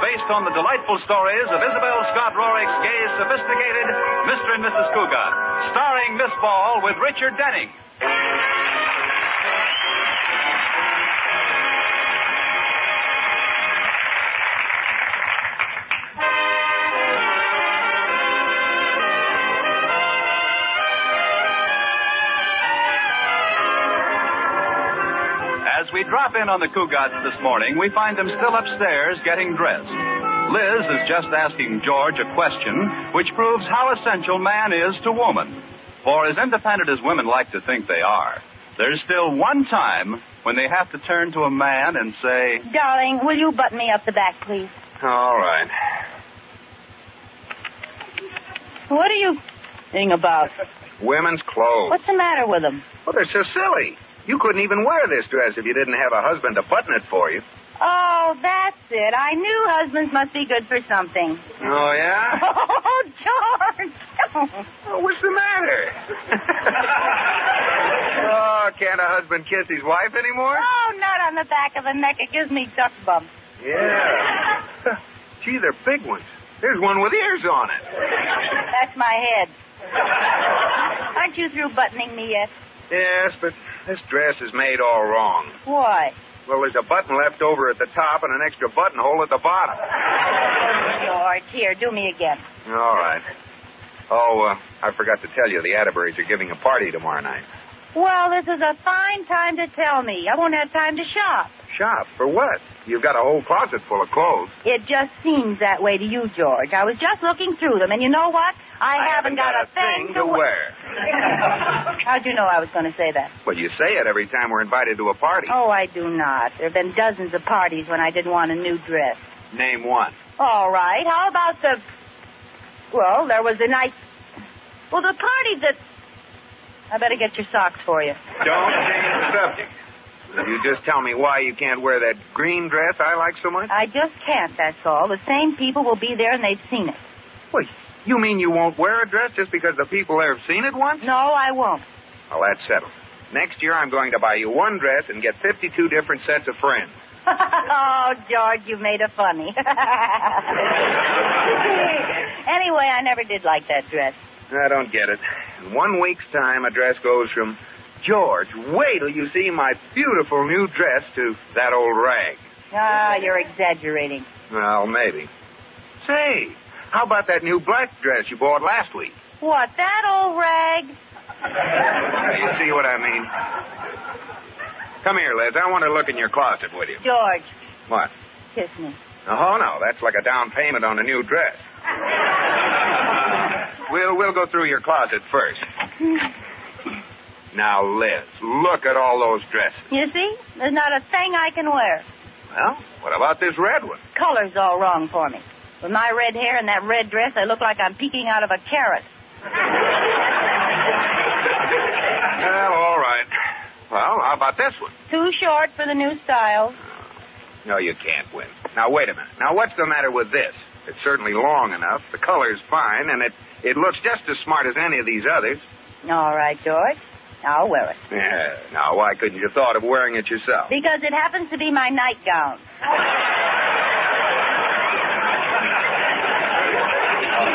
based on the delightful stories of Isabel Scott Rorick's gay, sophisticated Mr. and Mrs. Cougar, starring Miss Ball with Richard Denning. As we drop in on the Cougats this morning, we find them still upstairs getting dressed. Liz is just asking George a question which proves how essential man is to woman. For as independent as women like to think they are, there's still one time when they have to turn to a man and say, Darling, will you button me up the back, please? All right. What are you thing about? Women's clothes. What's the matter with them? Well, they're so silly. You couldn't even wear this dress if you didn't have a husband to button it for you. Oh, that's it. I knew husbands must be good for something. Oh, yeah? Oh, George! Oh, what's the matter? oh, can't a husband kiss his wife anymore? Oh, not on the back of the neck. It gives me duck bumps. Yeah. Gee, they're big ones. There's one with ears on it. That's my head. Aren't you through buttoning me yet? Yes, but this dress is made all wrong. Why? Well, there's a button left over at the top and an extra buttonhole at the bottom. George, here, do me again. All right. Oh, uh, I forgot to tell you, the Atterburys are giving a party tomorrow night. Well, this is a fine time to tell me. I won't have time to shop. Shop? For what? You've got a whole closet full of clothes. It just seems that way to you, George. I was just looking through them, and you know what? I, haven't, got, a thing, to wear. How'd you know I was going to say that? Well, you say it every time we're invited to a party. Oh, I do not. There have been dozens of parties when I didn't want a new dress. Name one. All right. How about the. Well, there was the night. Well, the party that. I better get your socks for you. Don't change the subject. You just tell me why you can't wear that green dress I like so much? I just can't, that's all. The same people will be there and they've seen it. Wait, you mean you won't wear a dress just because the people there have seen it once? No, I won't. Well, that's settled. Next year I'm going to buy you one dress and get 52 different sets of friends. oh, George, you made a funny. anyway, I never did like that dress. I don't get it. In one week's time, a dress goes from, George, wait till you see my beautiful new dress to that old rag. Ah, you're exaggerating. Well, maybe. Say, how about that new black dress you bought last week? What, that old rag? You see what I mean? Come here, Liz. I want to look in your closet with you. George, What? kiss me. Oh, no. That's like a down payment on a new dress. we'll, we'll go through your closet first. Now, Liz, look at all those dresses. You see? There's not a thing I can wear. Well, what about this red one? Color's all wrong for me. With my red hair and that red dress, I look like I'm peeking out of a carrot. Well, all right. Well, how about this one? Too short for the new styles. No, you can't win. Now, wait a minute. Now, what's the matter with this? It's certainly long enough, the color's fine, and it, it looks just as smart as any of these others. All right, George. I'll wear it. Yeah. Now, why couldn't you have thought of wearing it yourself? Because it happens to be my nightgown.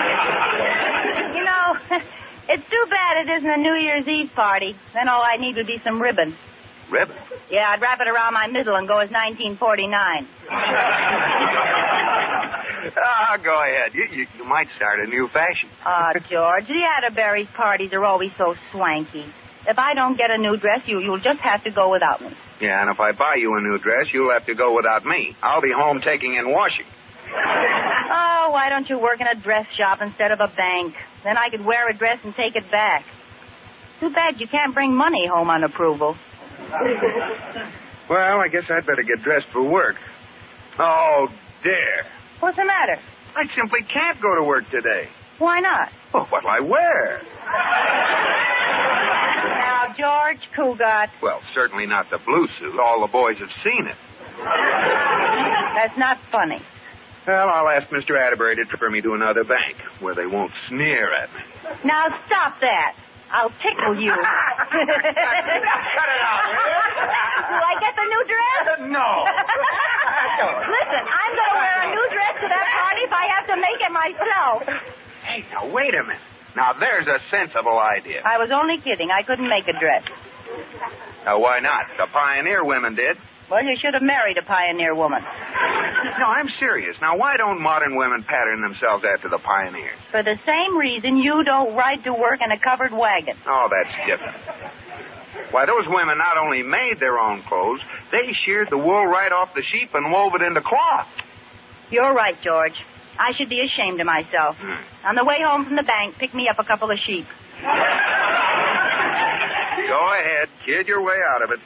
you know, it's too bad it isn't a New Year's Eve party. Then all I need would be some ribbon. Ribbon. Yeah, I'd wrap it around my middle and go as 1949. Ah, go ahead. You, you, you might start a new fashion. Ah, George, the Atterbury's parties are always so swanky. If I don't get a new dress, you, you'll just have to go without me. Yeah, and if I buy you a new dress, you'll have to go without me. I'll be home taking in washing. Oh, why don't you work in a dress shop instead of a bank? Then I could wear a dress and take it back. Too bad you can't bring money home on approval. Well, I guess I'd better get dressed for work. Oh, dear. What's the matter? I simply can't go to work today. Why not? Well, what'll I wear? Now, George Cougat, Well, certainly not the blue suit. All the boys have seen it. that's not funny. Well, I'll ask Mr. Atterbury to transfer me to another bank where they won't sneer at me. Now, stop that. I'll tickle you. Cut it out. Do I get the new dress? No. Listen, I'm going to wear a new dress to that party if I have to make it myself. Hey, now wait a minute. Now there's a sensible idea. I was only kidding. I couldn't make a dress. Now why not? The pioneer women did. Well, you should have married a pioneer woman. No, I'm serious. Now why don't modern women pattern themselves after the pioneers? For the same reason you don't ride to work in a covered wagon. Oh, that's different. Why, those women not only made their own clothes, they sheared the wool right off the sheep and wove it into cloth. You're right, George. I should be ashamed of myself. On the way home from the bank, pick me up a couple of sheep. Go ahead, kid your way out of it.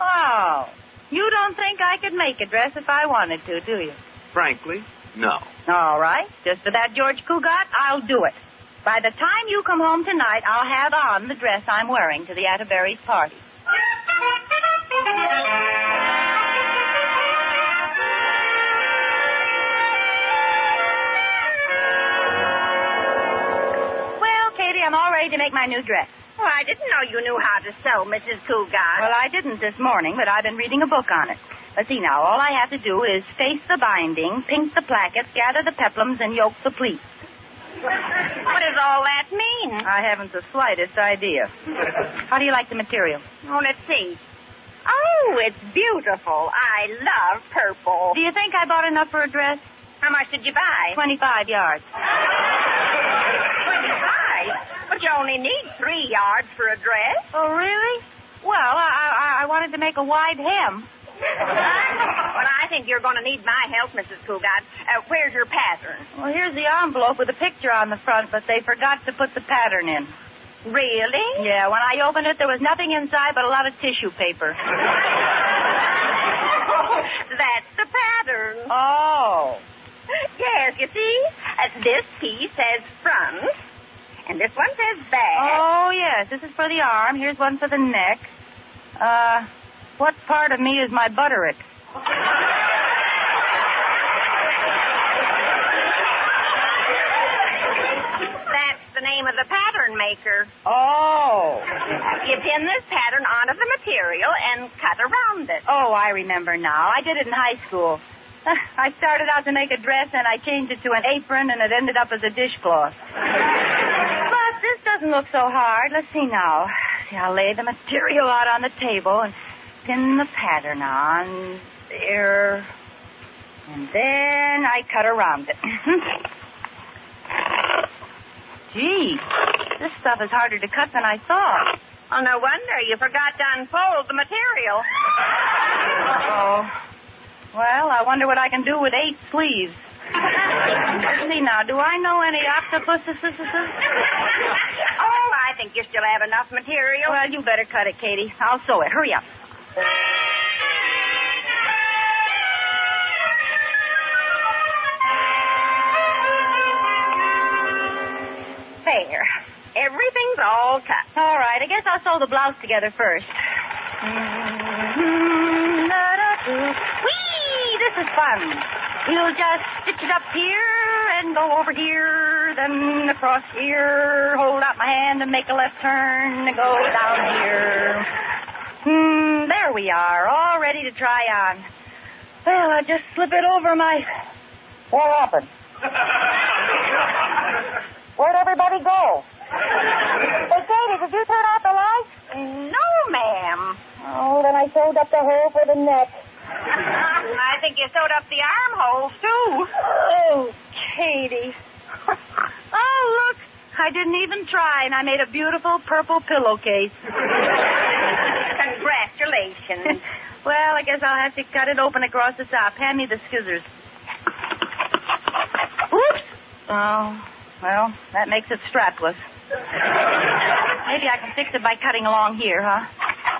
Oh, you don't think I could make a dress if I wanted to, do you? Frankly, no. All right. Just for that, George Cougat, I'll do it. By the time you come home tonight, I'll have on the dress I'm wearing to the Atterbury's party. Well, Katie, I'm all ready to make my new dress. Oh, I didn't know you knew how to sew, Mrs. Cougar. Well, I didn't this morning, but I've been reading a book on it. Let's see now. All I have to do is face the binding, pink the plackets, gather the peplums, and yoke the pleats. what does all that mean? I haven't the slightest idea. How do you like the material? Oh, let's see. Oh, it's beautiful. I love purple. Do you think I bought enough for a dress? How much did you buy? 25 yards. Twenty-five. But you only need three yards for a dress. Oh, really? Well, I, I, I wanted to make a wide hem. well, I think you're going to need my help, Mrs. Cougat. Uh, where's your pattern? Well, here's the envelope with a picture on the front, but they forgot to put the pattern in. Really? Yeah, when I opened it, there was nothing inside but a lot of tissue paper. That's the pattern. Oh. Yes, you see? Uh, this piece says front, and this one says back. Oh, yes. This is for the arm. Here's one for the neck. Uh, what part of me is my butterick? That's the name of the pattern maker. Oh. You pin this pattern onto the material and cut around it. Oh, I remember now. I did it in high school. I started out to make a dress, and I changed it to an apron, and it ended up as a dishcloth. but this doesn't look so hard. Let's see now. See, I'll lay the material out on the table and pin the pattern on there. And then I cut around it. Gee, this stuff is harder to cut than I thought. Oh, no wonder you forgot to unfold the material. Oh. Well, I wonder what I can do with eight sleeves. Let's see now. Do I know any octopuses? oh, I think you still have enough material. Well, you better cut it, Katie. I'll sew it. Hurry up. There. Everything's all cut. All right. I guess I'll sew the blouse together first. Whee! This is fun. We'll just stitch it up here and go over here, then across here, hold out my hand and make a left turn and go down here. Hmm, there we are, all ready to try on. Well, I just slip it over my. What happened? Where'd everybody go? Hey, Katie, did you turn out the lights? No, ma'am. Oh, then I sewed up the hole for the neck. I think you sewed up the armholes, too. Oh, Katie. oh, look. I didn't even try, and I made a beautiful purple pillowcase. Congratulations. well, I guess I'll have to cut it open across the top. Hand me the scissors. Oops. Oh, well, that makes it strapless. Maybe I can fix it by cutting along here, huh?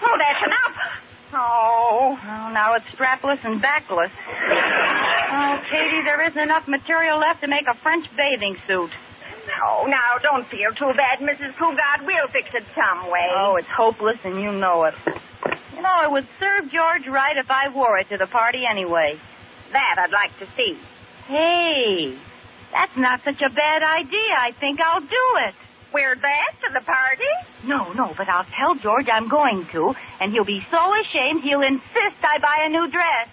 Oh, that's enough. Oh. Well, now it's strapless and backless. Oh, Katie, there isn't enough material left to make a French bathing suit. Oh, now, don't feel too bad, Mrs. Cougat. We'll fix it some way. Oh, it's hopeless, and you know it. You know, it would serve George right if I wore it to the party anyway. that I'd like to see. Hey, that's not such a bad idea. I think I'll do it. Wear that to the party? No, no, but I'll tell George I'm going to, and he'll be so ashamed he'll insist I buy a new dress.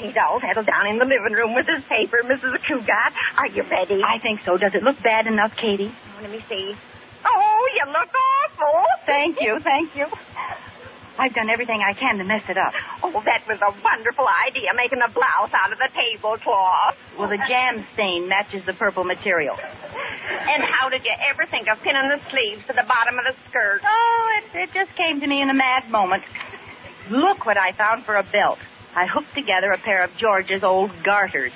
He's all settled down in the living room with his paper, Mrs. Cougat. Are you ready? I think so. Does it look bad enough, Katie? Oh, Let me see. Oh, you look awful. Thank you, thank you. I've done everything I can to mess it up. Oh, that was a wonderful idea, making a blouse out of the tablecloth. Well, the jam stain matches the purple material. And how did you ever think of pinning the sleeves to the bottom of the skirt? Oh, it, it just came to me in a mad moment. Look what I found for a belt. I hooked together a pair of George's old garters.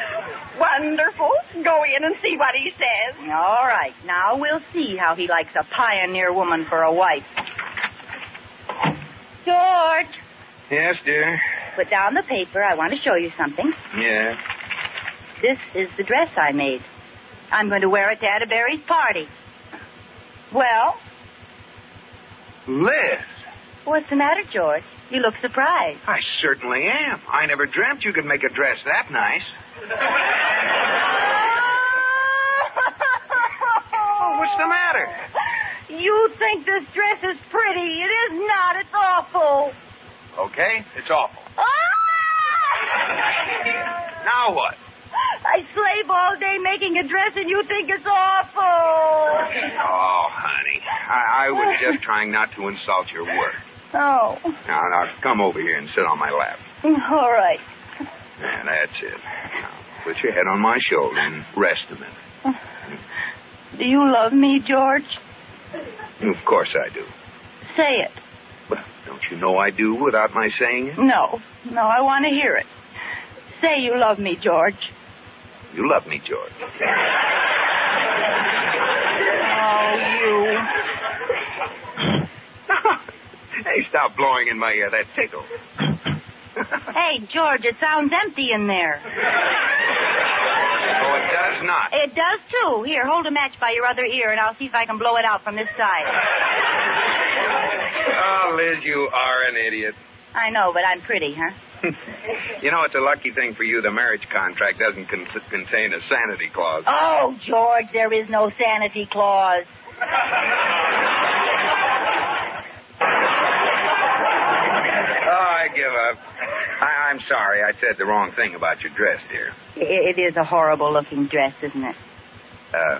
Wonderful. Go in and see what he says. All right, now we'll see how he likes a pioneer woman for a wife. George, Yes, dear. put down the paper. I want to show you something. Yeah. This is the dress I made. I'm going to wear it to Atterbury's party. Well, Liz, what's the matter, George? You look surprised. I certainly am. I never dreamt you could make a dress that nice. Oh, what's the matter? You think this dress is pretty. It is not. It's awful. Okay, it's awful. Ah! Now what? I slave all day making a dress and you think it's awful. Oh, honey, I, I was just trying not to insult your work. Oh, Now, now, come over here and sit on my lap. all right. Yeah, that's it. Now, put your head on my shoulder and rest a minute. Do you love me, George? Of course I do. Say it. Well, don't you know I do without my saying it? No, no, I want to hear it. Say you love me, George. You love me, George. Oh, hey, stop blowing in my ear. That tickle. you. Hey, George, it sounds empty in there. Oh, it does not. It does, too. Here, hold a match by your other ear, and I'll see if I can blow it out from this side. Oh, Liz, you are an idiot. I know, but I'm pretty, huh? You know, it's a lucky thing for you the marriage contract doesn't con- contain a sanity clause. Oh, George, there is no sanity clause. Oh, I give up. I- I'm sorry. I said the wrong thing about your dress, dear. I- It is a horrible looking dress, isn't it? Uh,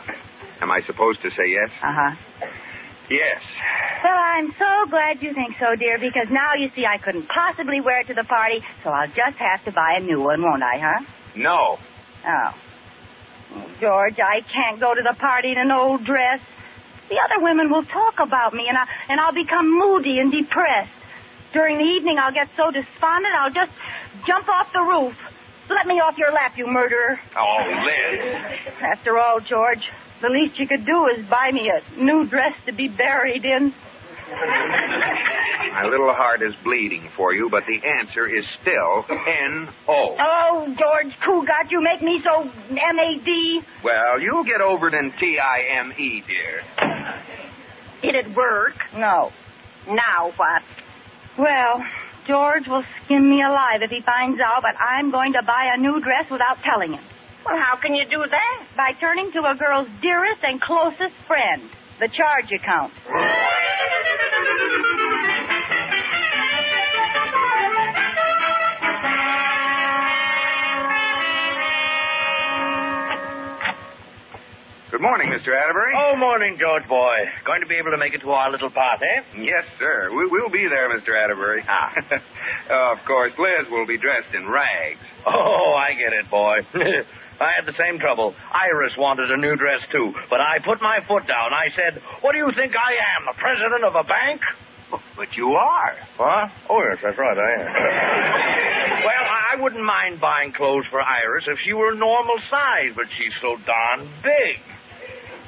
am I supposed to say yes? Uh huh. Yes. Well, I'm so glad you think so, dear, because now you see I couldn't possibly wear it to the party, so I'll just have to buy a new one, won't I, huh? No. Oh. George, I can't go to the party in an old dress. The other women will talk about me, and, I, and I'll become moody and depressed. During the evening, I'll get so despondent, I'll just jump off the roof. Let me off your lap, you murderer. Oh, Liz. After all, George, the least you could do is buy me a new dress to be buried in. My little heart is bleeding for you, but the answer is still N-O. Oh, George Cougat, you make me so M.A.D. Well, you'll get over it in T-I-M-E, E, dear. Did it work? No. Now what? Well, George will skin me alive if he finds out, but I'm going to buy a new dress without telling him. Well, how can you do that? By turning to a girl's dearest and closest friend, the charge account. Good morning, Mr. Atterbury. Oh, morning, George boy. Going to be able to make it to our little party? Yes, sir. We- we'll be there, Mr. Atterbury. Ah. of course, Liz will be dressed in rags. Oh, I get it, boy. I had the same trouble. Iris wanted a new dress, too, but I put my foot down. I said, What do you think I am, the president of a bank? But you are. What? Oh, yes, that's right, I am. well, I I wouldn't mind buying clothes for Iris if she were normal size, but she's so darn big.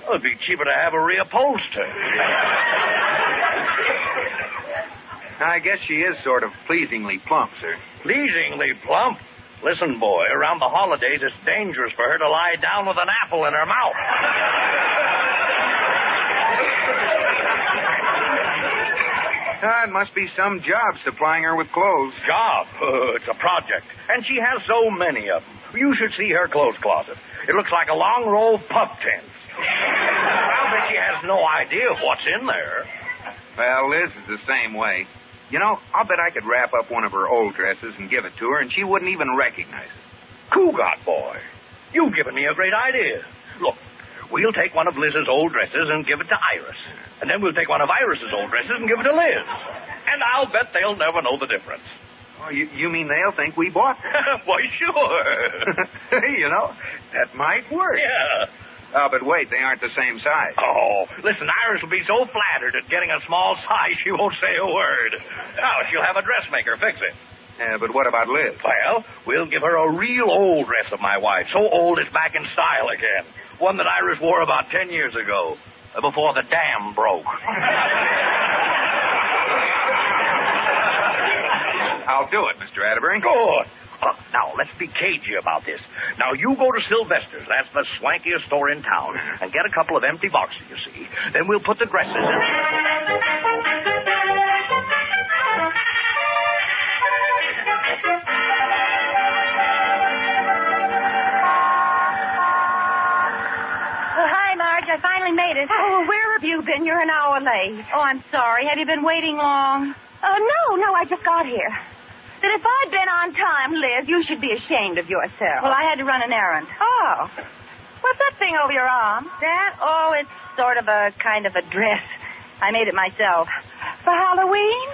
Well, it'd be cheaper to have her reupholster. I guess she is sort of pleasingly plump, sir. pleasingly plump. Listen, boy, around the holidays, it's dangerous for her to lie down with an apple in her mouth. Ah, it must be some job supplying her with clothes. Job. Uh, it's a project. And she has so many of them. You should see her clothes closet. It looks like a long row of pup tents. bet she has no idea of what's in there. Well, Liz is the same way. You know, I'll bet I could wrap up one of her old dresses and give it to her, and she wouldn't even recognize it. Cougat boy, you've given me a great idea. Look, we'll take one of Liz's old dresses and give it to Iris. And then we'll take one of Iris's old dresses and give it to Liz. And I'll bet they'll never know the difference. Oh, you, you mean they'll think we bought it? Why, sure. you know, that might work. yeah. Oh, but wait, they aren't the same size. Oh, listen, Iris will be so flattered at getting a small size she won't say a word. Now she'll have a dressmaker fix it. Yeah, but what about Liz? Well, we'll give her a real old dress of my wife, so old it's back in style again. One that Iris wore about ten years ago, uh, before the dam broke. I'll do it, Mr. Atterbury. Good. Look, Uh, now, let's be cagey about this. Now, you go to Sylvester's. That's the swankiest store in town. And get a couple of empty boxes, you see. Then we'll put the dresses in. Well, hi, Marge. I finally made it. Oh, where have you been? You're an hour late. Oh, I'm sorry. Have you been waiting long? Oh, no, no. I just got here. Then if I'd been on time, Liz, you should be ashamed of yourself. Well, I had to run an errand. Oh. What's that thing over your arm? That? Oh, it's sort of a kind of a dress. I made it myself. For Halloween?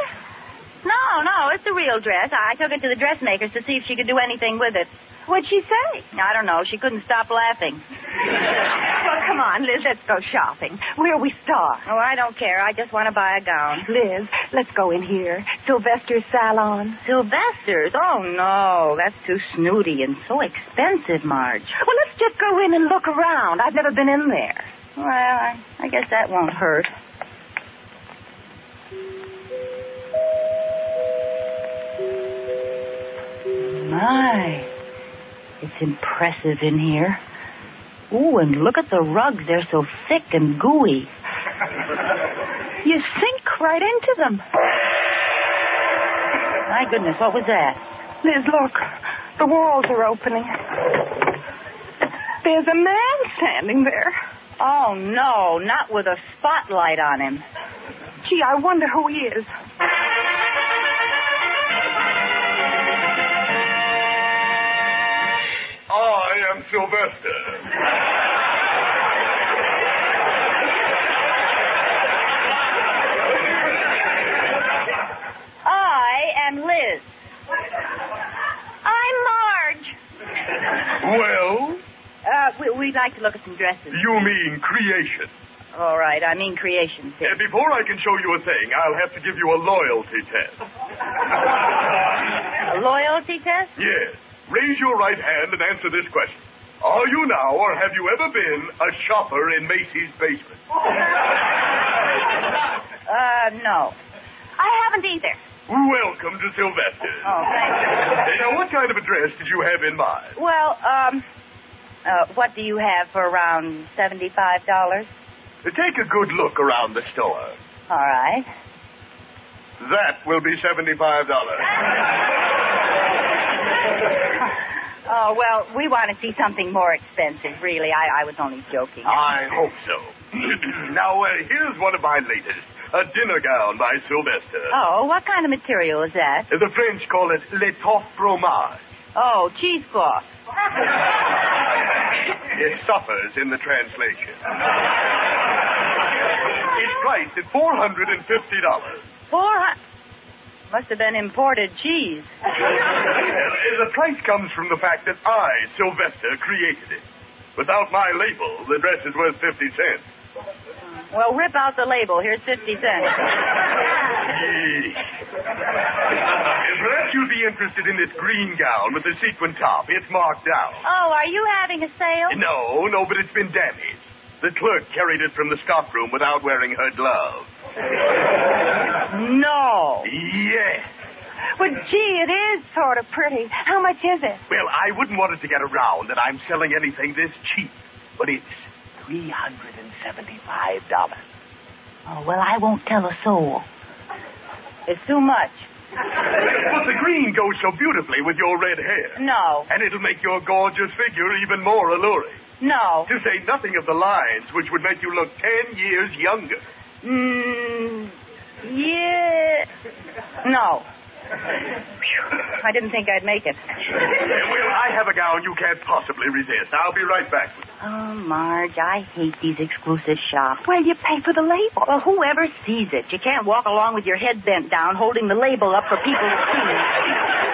No, no, it's a real dress. I took it to the dressmaker's to see if she could do anything with it. What'd she say? I don't know. She couldn't stop laughing. Well, come on, Liz, let's go shopping. Where we start? Oh, I don't care. I just want to buy a gown. Liz, let's go in here. Sylvester's salon. Sylvester's? Oh, no. That's too snooty and so expensive, Marge. Well, let's just go in and look around. I've never been in there. Well, I, I guess that won't hurt. My, it's impressive in here. Ooh, and look at the rugs. They're so thick and gooey. you sink right into them. My goodness, what was that? Liz, look. The walls are opening. There's a man standing there. Oh, no, not with a spotlight on him. Gee, I wonder who he is. I am Sylvester. I am Liz. I'm Marge. Well, Uh, we, we'd like to look at some dresses. you mean creation. Uh, All right, I mean creations here. before I can show you a thing, I'll have to give you a loyalty Oh. test. A loyalty test? Yes. Raise your right hand and answer this question. Are you now or have you ever been a shopper in Macy's basement? Uh, no. I haven't either. Welcome to Sylvester's. Oh, thank Hey, Now, what kind of a dress did you have in mind? you. Well, um, uh, what do you have for around seventy-five dollars? Uh, Take a good look around the store. All right. That will be $75. Oh well, we want to see something more expensive. Really, I, I was only joking. I hope so. now, uh, here's one of my latest. A dinner gown by Sylvester. Oh, what kind of material is that? The French call it l'étoffe fromage. Oh, cheesecloth. It suffers in the translation. it's priced at four hundred and fifty dollars. Four hundred. Must have been imported cheese. The price comes from the fact that I, Sylvester, created it. Without my label, the dress is worth fifty cents. Well, rip out the label. Here's fifty cents. Yeesh. Perhaps you'll be interested in this green gown with the sequin top. It's marked down. Oh, are you having a sale? No, no, but it's been damaged. The clerk carried it from the stockroom without wearing her glove. No. Yes. Well, gee, it is sort of pretty. How much is it? Well, I wouldn't want it to get around that I'm selling anything this cheap, but it's three hundred and seventy-five dollars. Oh, well, I won't tell a soul. It's too much. But the green goes so beautifully with your red hair, No. and it'll make your gorgeous figure even more alluring. No. To say nothing of the lines, which would make you look ten years younger. Mm, yeah. No. Phew, I didn't think I'd make it. Well, I have a gown you can't possibly resist. I'll be right back. with Oh, Marge, I hate these exclusive shops. Well, you pay for the label. Well, whoever sees it. You can't walk along with your head bent down holding the label up for people to see.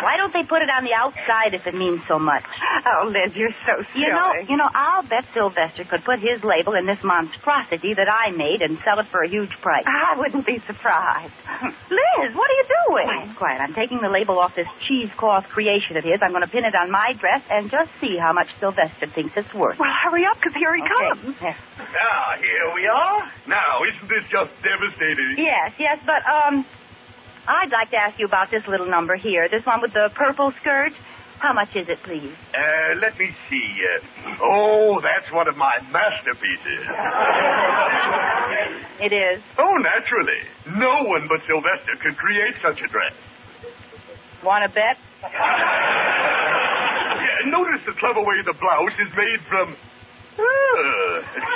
Why don't they put it on the outside if it means so much? Oh, Liz, you're so silly. You know, you know, I'll bet Sylvester could put his label in this monstrosity that I made and sell it for a huge price. I wouldn't be surprised. Liz, what are you doing? Quiet, quiet. I'm taking the label off this cheesecloth creation of his. I'm going to pin it on my dress and just see how much Sylvester thinks it's worth. Well, hurry up, because here he Okay. comes. Yes. you. Now, Ah, here we are. Now, isn't this just devastating? Yes, yes, but um, I'd like to ask you about this little number here. This one with the purple skirt. How much is it, please? Uh, let me see. Uh, oh, that's one of my masterpieces. It is. oh, naturally. No one but Sylvester could create such a dress. Want to bet? Yeah, notice the clever way the blouse is made from uh,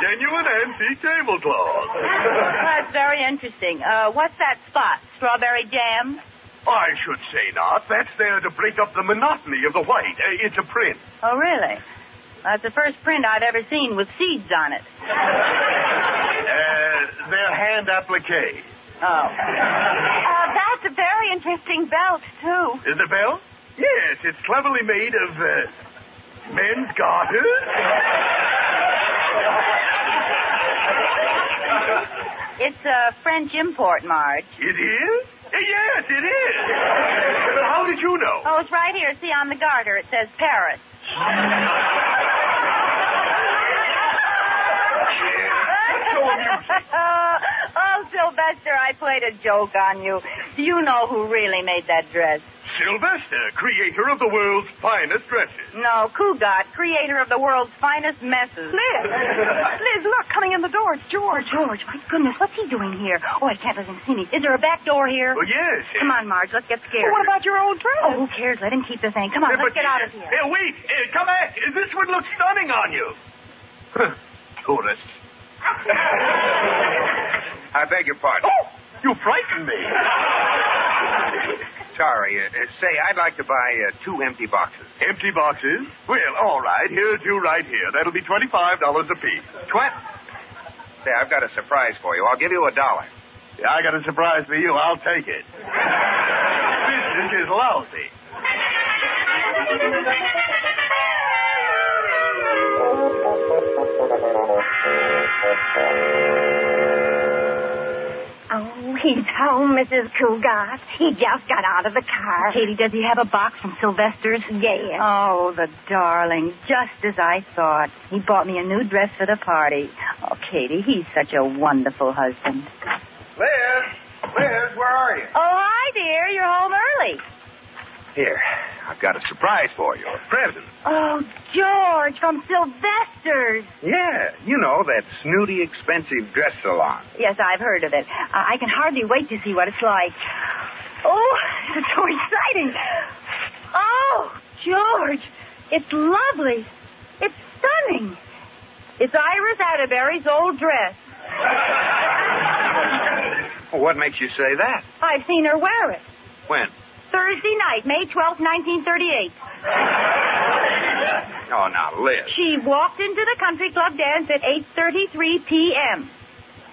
genuine antique tablecloth. That's very interesting. Uh, what's that spot? Strawberry jam? I should say not. That's there to break up the monotony of the white. Uh, it's a print. Oh, really? That's the first print I've ever seen with seeds on it. Uh, they're hand applique. Oh. Uh, that's a very interesting belt, too. Is the bell? Yes, it's cleverly made of uh, men's garters. It's a French import, Marge. It is? Uh, Yes, it is. Well, how did you know? Oh, it's right here. See, on the garter, it says Paris. oh, oh, Sylvester, I played a joke on you. Do you know who really made that dress? Sylvester, creator of the world's finest dresses. No, Cougat, creator of the world's finest messes. Liz, Liz, look, coming in the door. It's George. George, my goodness, what's he doing here? Oh, I can't let him see me. Is there a back door here? Oh, yes. Come on, Marge, let's get scared. Well, what about your old dress? Oh, who cares? Let him keep the thing. Come on, Yeah, let's but- get out of here. Hey, wait. Hey, come back. This would look stunning on you. Huh, Tourists. I beg your pardon. Oh, you frightened me. Sorry. Uh, uh, say, I'd like to buy uh, two empty boxes. Empty boxes? Well, all right. Here's you right here. That'll be $25 apiece. Twit. Say, I've got a surprise for you. I'll give you a dollar. Yeah, I got a surprise for you. I'll take it. this is lousy. Oh, he's home, Mrs. Cougat. He just got out of the car. Katie, does he have a box from Sylvester's? Yes. Oh, the darling. Just as I thought. He bought me a new dress for the party. Oh, Katie, he's such a wonderful husband. Liz, Liz, where are you? Oh, hi, dear. You're home early. Here, I've got a surprise for you. A present. Oh, George, from Sylvester's. Yeah, you know that snooty, expensive dress salon. Yes, I've heard of it. I I can hardly wait to see what it's like. Oh, it's so exciting. Oh, George, it's lovely. It's stunning. It's Iris Atterbury's old dress. What makes you say that? I've seen her wear it. When? Thursday night, May twelfth, 1938. Oh, now, Liz. She walked into the country club dance at 8.33 p.m.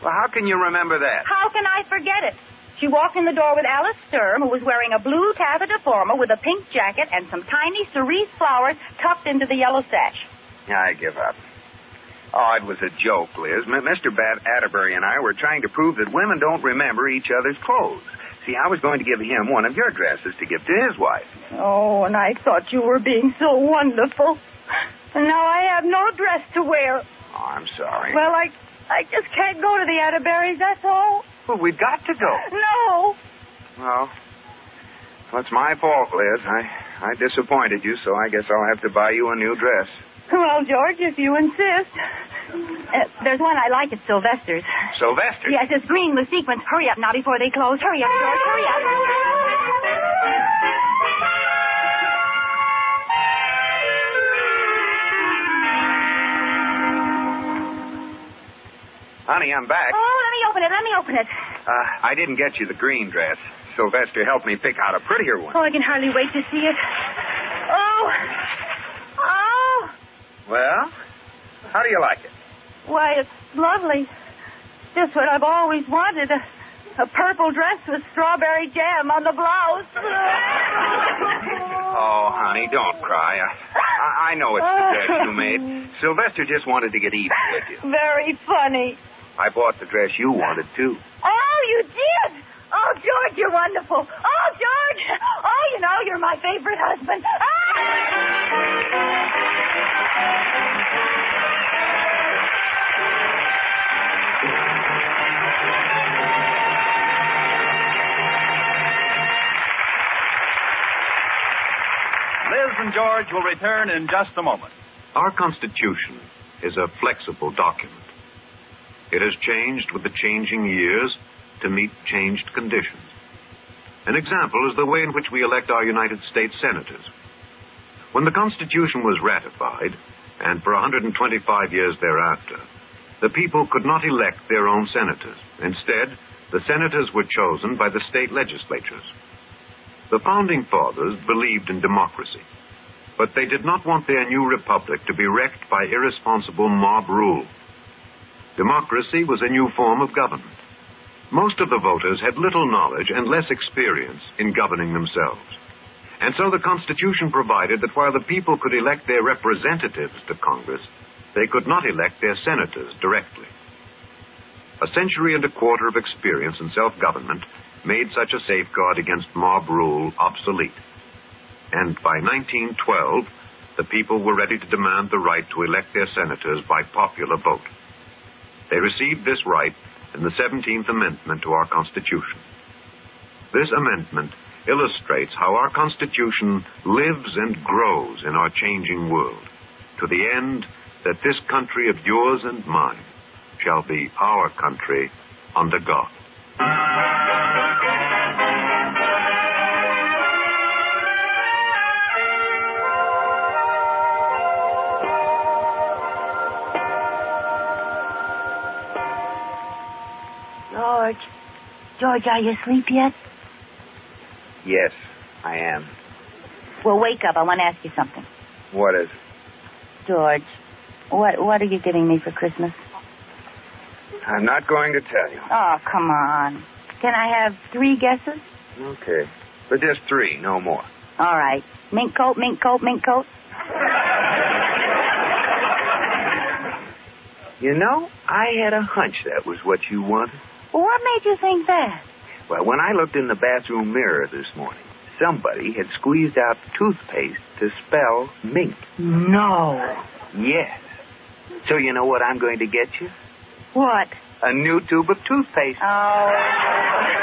Well, how can you remember that? How can I forget it? She walked in the door with Alice Sturm, who was wearing a blue taffeta formal with a pink jacket and some tiny cerise flowers tucked into the yellow sash. I give up. Oh, it was a joke, Liz. M- Mr. Bat Atterbury and I were trying to prove that women don't remember each other's clothes. See, I was going to give him one of your dresses to give to his wife. Oh, and I thought you were being so wonderful. And now I have no dress to wear. Oh, I'm sorry. Well, I, I just can't go to the Atterbury's, that's all. Well, we've got to go. No. Well, well, it's my fault, Liz. I, I disappointed you, so I guess I'll have to buy you a new dress. Well, George, if you insist. Uh, there's one I like at Sylvester's. Sylvester. Yes, it's green with sequins. Hurry up now before they close. Hurry up, George. Hurry up. Well, Honey, I'm back. Oh, let me open it. Let me open it. Uh, I didn't get you the green dress. Sylvester helped me pick out a prettier one. Oh, I can hardly wait to see it. Oh. Oh. Well, how do you like it? Why, it's lovely. Just what I've always wanted. A, a purple dress with strawberry jam on the blouse. Oh, honey, don't cry. I, I, I know it's the dress you made. Sylvester just wanted to get even with you. Very funny. I bought the dress you wanted, too. Oh, you did? Oh, George, you're wonderful. Oh, George. Oh, you know, you're my favorite husband. Ah! Liz and George will return in just a moment. Our Constitution is a flexible document. It has changed with the changing years to meet changed conditions. An example is the way in which we elect our United States senators. When the Constitution was ratified, and for 125 years thereafter, the people could not elect their own senators. Instead, the senators were chosen by the state legislatures. The founding fathers believed in democracy, but they did not want their new republic to be wrecked by irresponsible mob rule. Democracy was a new form of government. Most of the voters had little knowledge and less experience in governing themselves. And so the Constitution provided that while the people could elect their representatives to Congress, they could not elect their senators directly. A century and a quarter of experience in self-government made such a safeguard against mob rule obsolete. And by 1912, the people were ready to demand the right to elect their senators by popular vote. They received this right in the 17th Amendment to our Constitution. This amendment illustrates how our Constitution lives and grows in our changing world to the end that this country of yours and mine shall be our country under God. George. George, are you asleep yet? Yes, I am. Well, wake up. I want to ask you something. What is? George, what what are you getting me for Christmas? I'm not going to tell you. Oh, come on. Can I have three guesses? Okay. But just three, no more. All right. Mink coat, mink coat, mink coat. You know, I had a hunch that was what you wanted. Well, what made you think that? Well, when I looked in the bathroom mirror this morning, somebody had squeezed out toothpaste to spell mink. No. Yes. So you know what I'm going to get you? What? A new tube of toothpaste.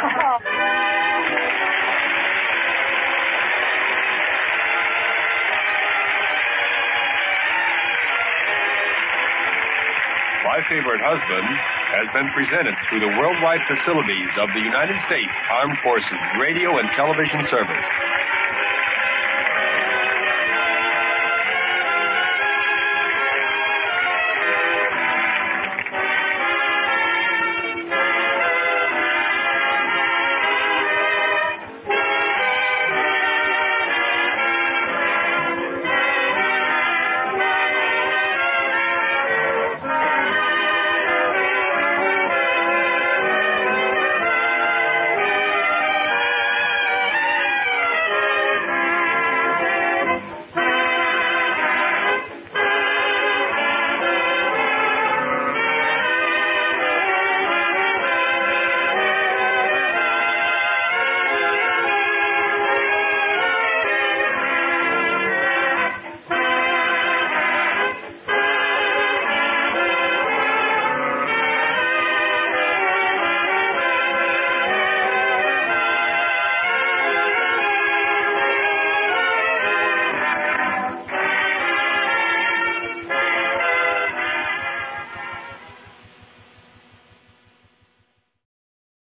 Oh. My Favorite Husband has been presented through the worldwide facilities of the United States Armed Forces Radio and Television Service.